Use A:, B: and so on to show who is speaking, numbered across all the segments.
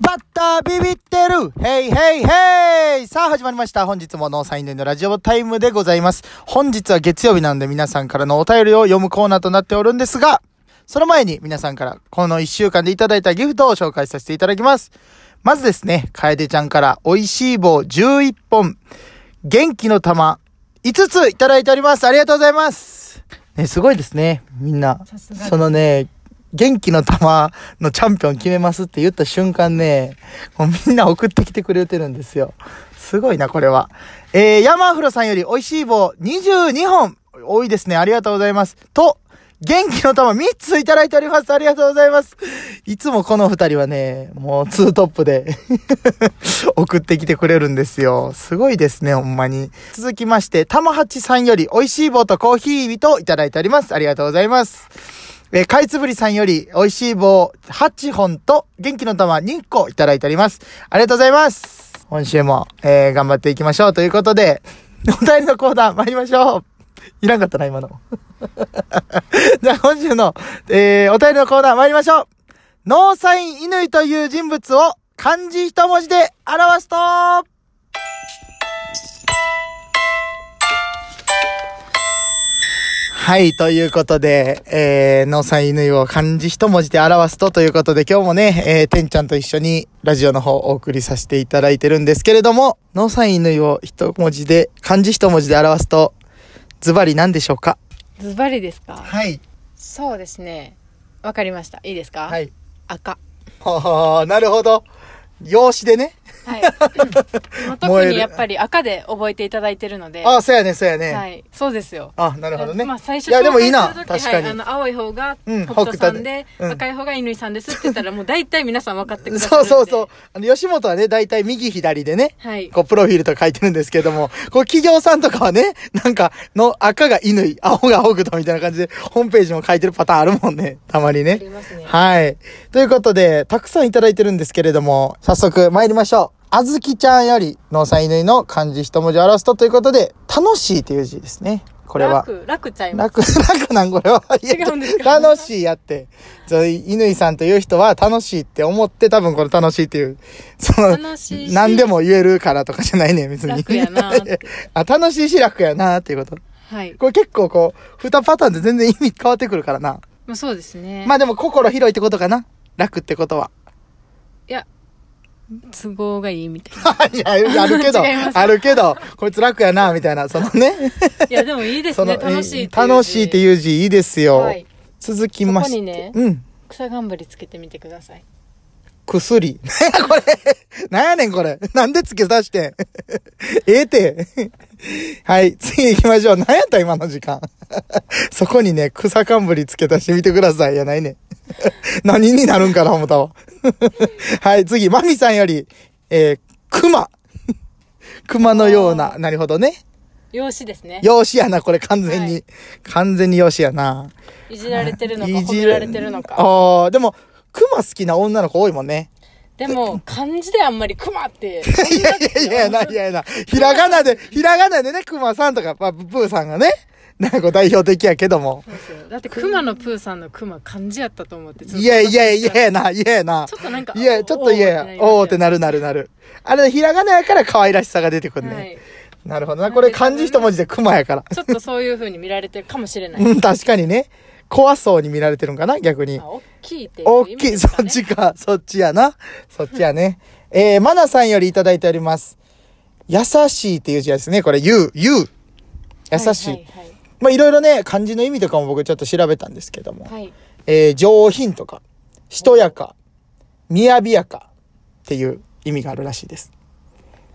A: バッタービビってるヘイヘイヘイさあ始まりました。本日もノーサインでのラジオタイムでございます。本日は月曜日なので皆さんからのお便りを読むコーナーとなっておるんですが、その前に皆さんからこの1週間でいただいたギフトを紹介させていただきます。まずですね、楓ちゃんから美味しい棒11本、元気の玉5ついただいております。ありがとうございます。ね、すごいですね、みんな。
B: さすが
A: そのね、元気の玉のチャンピオン決めますって言った瞬間ね、もうみんな送ってきてくれてるんですよ。すごいな、これは。えー、山風呂さんより美味しい棒22本、多いですね。ありがとうございます。と、元気の玉3ついただいております。ありがとうございます。いつもこの2人はね、もうツートップで 送ってきてくれるんですよ。すごいですね、ほんまに。続きまして、玉八さんより美味しい棒とコーヒーといただいております。ありがとうございます。えー、かいつぶりさんより、美味しい棒8本と、元気の玉2個いただいております。ありがとうございます。今週も、えー、頑張っていきましょうということで、 お便りのコーナー参りましょう。いらんかったな、今の。 じゃあ今週の、えー、お便りのコーナー参りましょう。ノーサイン乾という人物を漢字一文字で表すとはい、ということで、えー、農産犬を漢字一文字で表すとということで、今日もね、えー、てんちゃんと一緒にラジオの方をお送りさせていただいてるんですけれども、農産犬を一文字で、漢字一文字で表すと、ズバリ何でしょうか
B: ズバリですか
A: はい、
B: そうですねわかりましたいいですか
A: はい。
B: 赤
A: はあ、なるほど。用紙でね。
B: はいまあ
A: 燃え
B: 特
A: る
B: にやっぱり赤で覚えていただいてるので
A: ああ、そうやね、そうやね。
B: はいそうですよ
A: あ、なるほどね。
B: まあ最初
A: いや、でもいいな、
B: 紹
A: 確
B: 介する時
A: かに。
B: はい、あの青い方が
A: うん
B: 北斗さんで、
A: 北斗でうん
B: 赤い方が乾さんですって言ったらもう大体皆さん分かってくださ
A: そ
B: る
A: うん
B: で
A: そうそう。あの、吉本はね、大体右左でね、
B: はい
A: こう、プロフィールとか書いてるんですけども、こう、企業さんとかはね、なんか、の、赤が乾、青が北斗みたいな感じで、ホームページも書いてるパターンあるもんね、たまに
B: あ
A: ね
B: り。ますね
A: はい。ということで、たくさんいただいてるんですけれども、早速参りましょう。あずきちゃんより、農産犬の漢字一文字を表すとということで、楽しいという字ですね。これは。
B: 楽楽ちゃいます
A: 楽、楽なんこれは。いや
B: 違うんですか
A: 楽しいやって。そう、乾さんという人は楽しいって思って、多分この楽しいっていう、その、
B: 楽しいし
A: 何でも言えるからとかじゃないね、別に。
B: 楽やなーって
A: あ、楽しいし楽やなーっていうこと。
B: はい
A: これ結構こう、二パターンで全然意味変わってくるからな。
B: まあそうですね
A: まあでも心広いってことかな。楽ってことは。
B: いや都合がいいみたいな
A: いや、 あるけど、
B: 違います
A: あるけど、こいつ楽やな、みたいな、そのね。
B: い やでもいいです
A: そ
B: ね
A: の
B: 楽しいっていう字
A: 楽しいっていう字いいですよ。
B: はい
A: 続きまして。
B: そこにね
A: うん。
B: 草がんばりつけてみてください
A: 薬。 なんやこれ。なんやねんこれ。なんで付け足してん。 ええて。 はい、次行きましょう。なんやった今の時間。 そこにね、草冠付け足してみてください。いやないねん。 何になるんかな思ったわ。 はい、次、マミさんより、えー、熊。 熊のような、なるほどね。
B: 用紙ですね
A: 容姿やな、これ完全に。
B: はい
A: 完全に容姿やな。
B: いじられてるのか
A: い
B: 褒
A: じ
B: められてるのか
A: ああ、でも、熊好きな女の子多いもんね。
B: でも漢字であんまりクマって
A: いやいやいや、ないやいや、ひらがなで、ひらがなでね、くまさんとか、まあ、ブーさんがね、なんかこう代表的やけども。
B: だってクマのプーさんのクマ漢字やったと思って
A: いやいやいやな、いやな
B: ちょ。っとなんか
A: いや、ちょっといやや、おーって
B: な
A: なるなるなる。あれ、ひらがなやから可愛らしさが出てくる
B: りますよねは
A: ね。
B: い
A: なるほどな。これ漢字一文字で熊やから。
B: ちょっとそういう風に見られてるかもしれない
A: うん、確かにね。怖そうに見られてるんかな、逆に
B: あ。大きいっていう
A: 大
B: 意味
A: きい、
B: です
A: そ
B: か
A: っ
B: ね
A: ちか、そっちやな。そっちやね。えー、まなさんよりいただいております。優しいっていう字ですね。これ、ゆう、ゆう。優しい。
B: はいはい
A: まあいろいろね、漢字の意味とかも僕ちょっと調べたんですけども、
B: はい、はい
A: えー上品とか、しとやか、みやびやかっていう意味があるらしいです。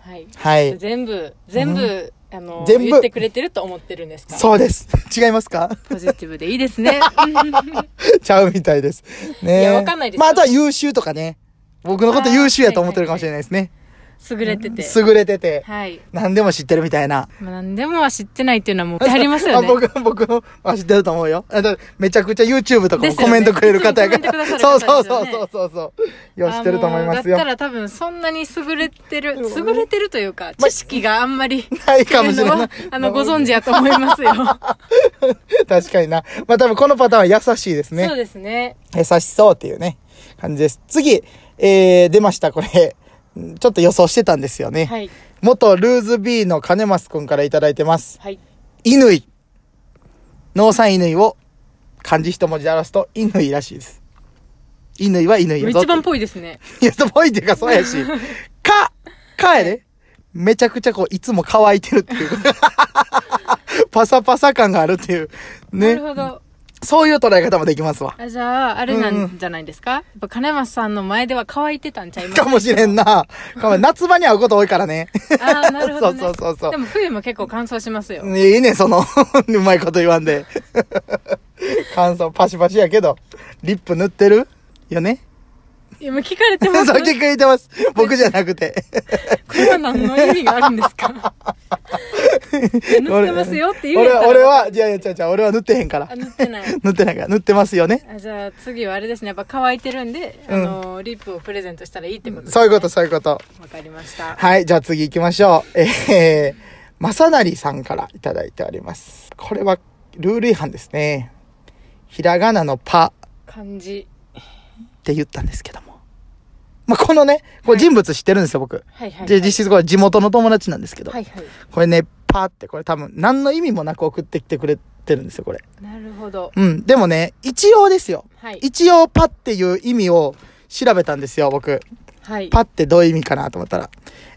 B: はい
A: はい
B: 全部全部、あの
A: 全部
B: 言ってくれてると思ってるんですか
A: そうです。違いますか
B: ポジティブでいいですね
A: ちゃうみたいです。ね
B: いやわかんないですよ
A: まああとは優秀とかね。僕のこと優秀やと思ってるかもしれないですね。
B: 優れてて
A: 優れてて、
B: はい
A: 何でも知ってるみたいな。
B: まあ、何でもは知ってないっていうのはもうありますよね。
A: あ 僕、僕の、あ、知ってると思うよ。あだめちゃくちゃ YouTube とか
B: で
A: も
B: すよね
A: コメントくれる方やから。
B: いつもコメントくだ
A: そ
B: さ
A: う
B: る
A: そう
B: 方です
A: そ
B: よ
A: う
B: ね
A: そうそうそう。よ、知ってると思いますよ
B: あ。のだったら多分そんなに優れて
A: う
B: る、
A: ん
B: 優れてるというか、知識があんまり、。
A: ないかもしれない
B: あの、ご存知やと思いますよ。
A: 確かにな。 まあ、多分このパターンは優しいですね
B: そう。ですね。
A: 優しそうっていうね、感じです。次、えー、出ました、これ。うんちょっと予想してたんですよね。
B: はい。
A: 元ルーズ B の金マスくんからいただいてます。
B: はい。
A: 犬井。農産犬井を漢字一文字で表すと犬井らしいです。犬井は犬井やぞって。
B: 一番っぽいですね。
A: いや、そうぽいっていうか、そうやし。か、かやで。めちゃくちゃこう、いつも乾いてるっていう。 パサパサ感があるっていう。
B: なる
A: ね。
B: ほど。
A: そういう捉え方もできますわ。
B: あじゃあ、あれな
A: うんうん
B: じゃないですか、やっぱ金松さんの前では乾いてたんちゃい ます
A: かもしれんな。かも夏場に会うこと多いからね。
B: ああ、なるほど、ね。
A: そうそうそうそう
B: でも冬も結構乾燥しますよ。
A: いいね、その、 うまいこと言わんで。感想パシパシやけど、リップ塗ってるよ ね。
B: 今聞かれ て
A: そう
B: ます。こ
A: 聞いてます。僕じゃなくて。
B: れは何の意味があるんで すか塗ってますよって言う
A: 俺
B: やった
A: は、
B: ら
A: 俺は、いやいや、違う違う、俺は塗ってへんから
B: あ。塗ってない。
A: 塗ってないから、塗ってますよね。
B: あじゃあ次はあれですね。やっぱ乾いてるんで、あの、リップをプレゼントしたらいいってことです、ね。
A: そういうこと、。そういうこと。
B: わかりました。
A: はい、じゃあ次行きましょう。えー、まさなりさんからいただいております。これはルール違反ですね。ひらがなのパっ
B: 漢字。
A: て言ったんですけども。まあ、このね、こう人物知ってるんですよ、僕。
B: はいはい、はい。
A: で、実質これ地元の友達なんですけど。
B: はいはい。
A: これね、パってこれ多分何の意味もなく送ってきてくれてるんですよ、これ。
B: なるほど。
A: うん。でもね、一応ですよ。
B: はい。
A: 一応パっていう意味を調べたんですよ、僕。
B: はい。
A: パってどういう意味かなと思ったら、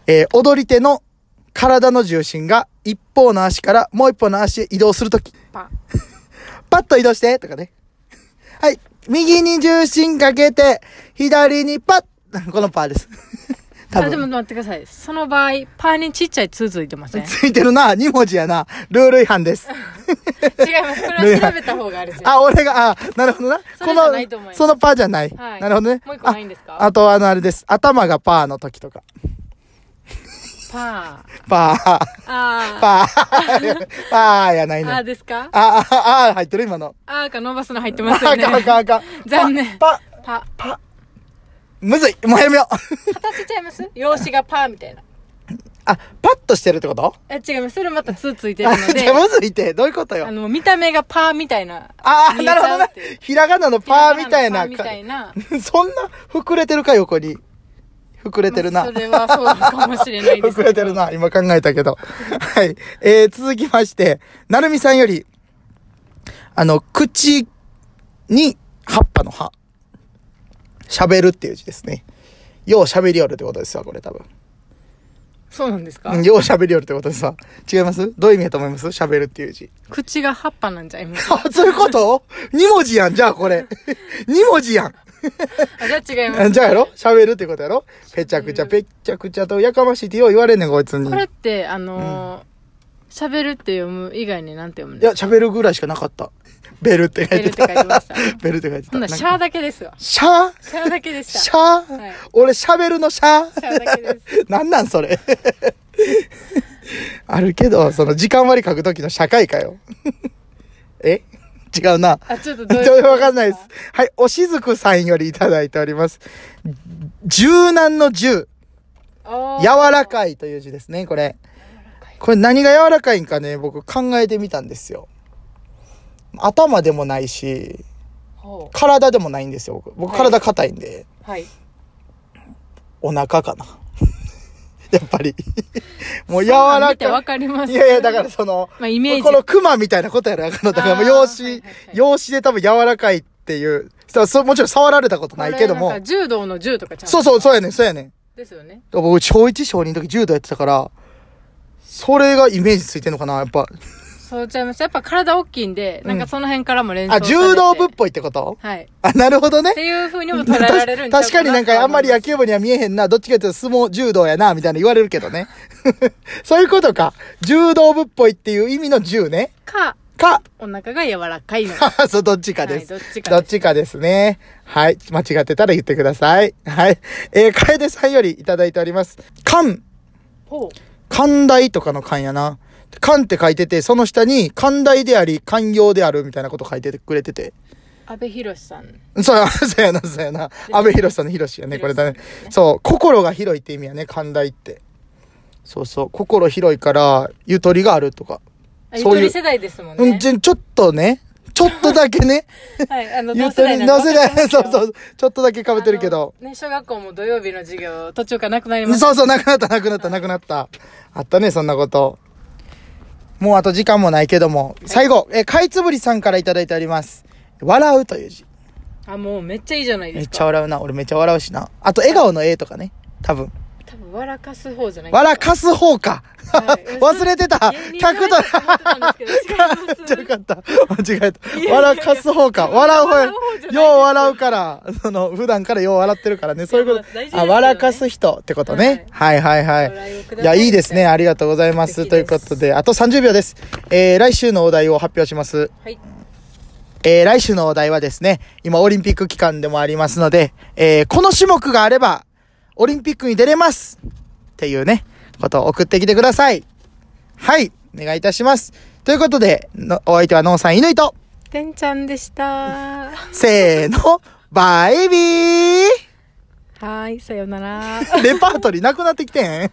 A: えー踊り手の体の重心が一方の足からもう一方の足へ移動するとき、
B: パ。
A: パッと移動してとかね。 はい。右に重心かけて、左にパッ このパーです。多
B: あ、でも
A: 分。
B: 待ってください。その場合、パーにちっちゃいつついてません違い
A: ついてるな、2文字やな。ルール違反 です。
B: ます。これは調べた方があるじゃん。
A: あ、俺が、あ、なるほどな。
B: それじゃないと思います
A: そのパーじゃない。
B: はい
A: なるほどね。
B: もう一個ないんですか
A: ああと、あの、あれです。頭がパーの時とか。
B: パー。
A: パー、
B: あー。
A: パー、 パーやないの。
B: あー
A: あ、
B: ですか
A: あ、あ、あ、入ってる今の。
B: あーか伸ばすの入ってますよね
A: あ。かんあかんあかん。
B: 残念
A: パ、パ
B: パ。
A: むずい。もうやめよう。
B: 形ちゃいます用紙がパーみたいな。
A: あ、パッとしてるってこと
B: え、違います。それまたつついてる
A: あ、
B: の
A: じ
B: で
A: ゃ、むずいって、どういうことよ
B: あ。の、見た目がパーみたいな。
A: ああ、
B: 見えち
A: なるほ
B: ゃ
A: ど
B: うっ
A: な
B: ていう。
A: ひらがなのパーみたいな。
B: パーみたいな。
A: そんな、膨れてるか、横に。膨れてるな。
B: それはそうかもしれないで す
A: 膨れてるな。今考えたけど。 はい。えー、続きまして、なるみさんより、あの、口に葉っぱの葉。喋るっていう字ですね。よう喋りよるってことですわ、これ多分。
B: そうなんですか、
A: うんよう喋りよるってことでさ。違いますどういう意味だと思います喋るっていう字。
B: 口が葉っぱなんじ ゃいます
A: あ、そういうこと ?2 文字やん、じゃあこ れ。2文字やん。
B: あ、じゃあ違いま
A: あ
B: す。
A: じゃあやろ喋るってことやろぺちゃくちゃ、ぺっちゃくちゃとやかましいってよう言われんねん、こいつに。
B: これっ
A: い
B: て、あのー、喋、るって読む以外に何て読むんです
A: や、喋るぐらいしかなかった。ベルって書いてた。
B: ベルって書いてました
A: ベルって書いて
B: かほ
A: た。
B: んならシャーだけですわ。
A: シャー
B: シャーだけでした。
A: シャー、
B: はい
A: 俺喋るのシャー
B: シャーだけです。
A: なんなんそれ。 あるけど、その時間割り書くときの社会かよ。 え違うな。
B: あ、ちょっとどういう
A: どうわかんないです。はい、おしずくさんよりいただいております。柔軟の柔、柔ら
B: い。
A: かいという字ですね、これ。これ何が柔らかいんかね、僕考えてみたんですよ。頭でもないし、
B: ほ
A: 体でもないんですよ、僕。僕
B: はい
A: 体硬いんで、
B: うはい。
A: お腹かな。 やっぱり。もう柔
B: そんなん
A: ら
B: 見て
A: か
B: わ
A: い。
B: かります。
A: いやいや、だからその、
B: まあ、イメージ。
A: この熊みたいなことやな、だからもう
B: あー
A: 容
B: はい
A: 姿
B: はいは、い
A: 容姿で多分柔らかいっていう。そうそうもちろん触られたことないけど
B: これ
A: も
B: なんか。柔道の柔とかちゃん
A: そうそう、そうやねん、そうやねん。
B: ですよね。
A: 僕、小1、小2の時柔道やってたから、それがイメージついてんのかな、やっぱ。
B: そうちゃいます。やっぱ体大きいんで、なんかその辺からも連想
A: あ、
B: されて
A: 柔道部っぽいってこと
B: はい。っ
A: あ、なるほどね
B: て。いう風にも捉えられるんちゃ う
A: 確かになんかあんまり野
B: 焼き
A: 球部には見えへんな、どっちかというと相撲、柔道やな、みたいな言われるけどね。 そういうことか。柔道部っぽいっていう意味の柔ね。
B: か、
A: か、
B: お腹が柔らかいの。
A: そう、どっちかです。
B: はいどっちかです
A: どっちかですね。はい。間違ってたら言ってください。はい。えー、楓さんよりいただいております。缶。
B: ほう。
A: 寛大とかの寛やな。寛って書いてて、その下に寛大であり、寛容であるみたいなこと書いててくれてて。
B: 安部寛さん。
A: そう、 そうやな、そうやな。安倍博さんの博士やね、これだね
B: 博士です。ね
A: そう、心が広いって意味やね、寛大って。そうそう、心広いから、ゆとりがあるとか。
B: あ
A: そういう
B: ゆとり世代ですもん
A: うん、
B: ね。
A: ちょちょっとね、ちょっとだけ ね、
B: はい、あの、
A: 言
B: 同
A: って
B: 世代
A: る、
B: な
A: 同
B: んで
A: 世代
B: わかり、ます
A: そ
B: よ
A: うそう、ちょっとだけ被ってるけど。
B: あのね、小学校も土曜日の授業、途中からなくなりました。
A: そうそう、なくなった、なくなった、なくなった。あったね、そんなこと。もうあと時間もないけども。最後、え、かいつぶりさんからいただいております。笑うという字。
B: あ、もうめっちゃいいじゃないで
A: めっ
B: す
A: ちゃ
B: か。
A: 笑うな。俺めっちゃ笑うしな。あと、笑顔の A とかね。多分。
B: 多分、笑かす方じゃない
A: 笑かす方か。
B: はい
A: 忘れてた。
B: 芸人じゃ
A: 客
B: ない
A: と
B: かと思ってたんですけど違います
A: ちょよかった。間違えた。笑かす方か。笑う方や。よう笑うから、その、普段からよう笑ってるからね。そういうこ
B: いやまあ大事です
A: と。
B: よ
A: あ、
B: ね
A: 笑かす人ってことね。はいはいはい
B: 笑いをく。だ
A: い
B: さ
A: や、
B: い
A: いいですね。ありがとうございま
B: 素
A: す。
B: 敵
A: という
B: です
A: ことで、あと30秒です。えー、来週のお題を発表します。
B: はい。
A: えー、来週のお題はですね、今オリンピック期間でもありますので、えー、この種目があれば、オリンピックに出れますっていうね、ことを送ってきてください。はい、お願いいたします。ということで、のお相手はノンさん犬と、
B: てんちゃんでした。は
A: せーの、バイビー
B: ーい、さようなら。
A: レパートリーなくなってきてん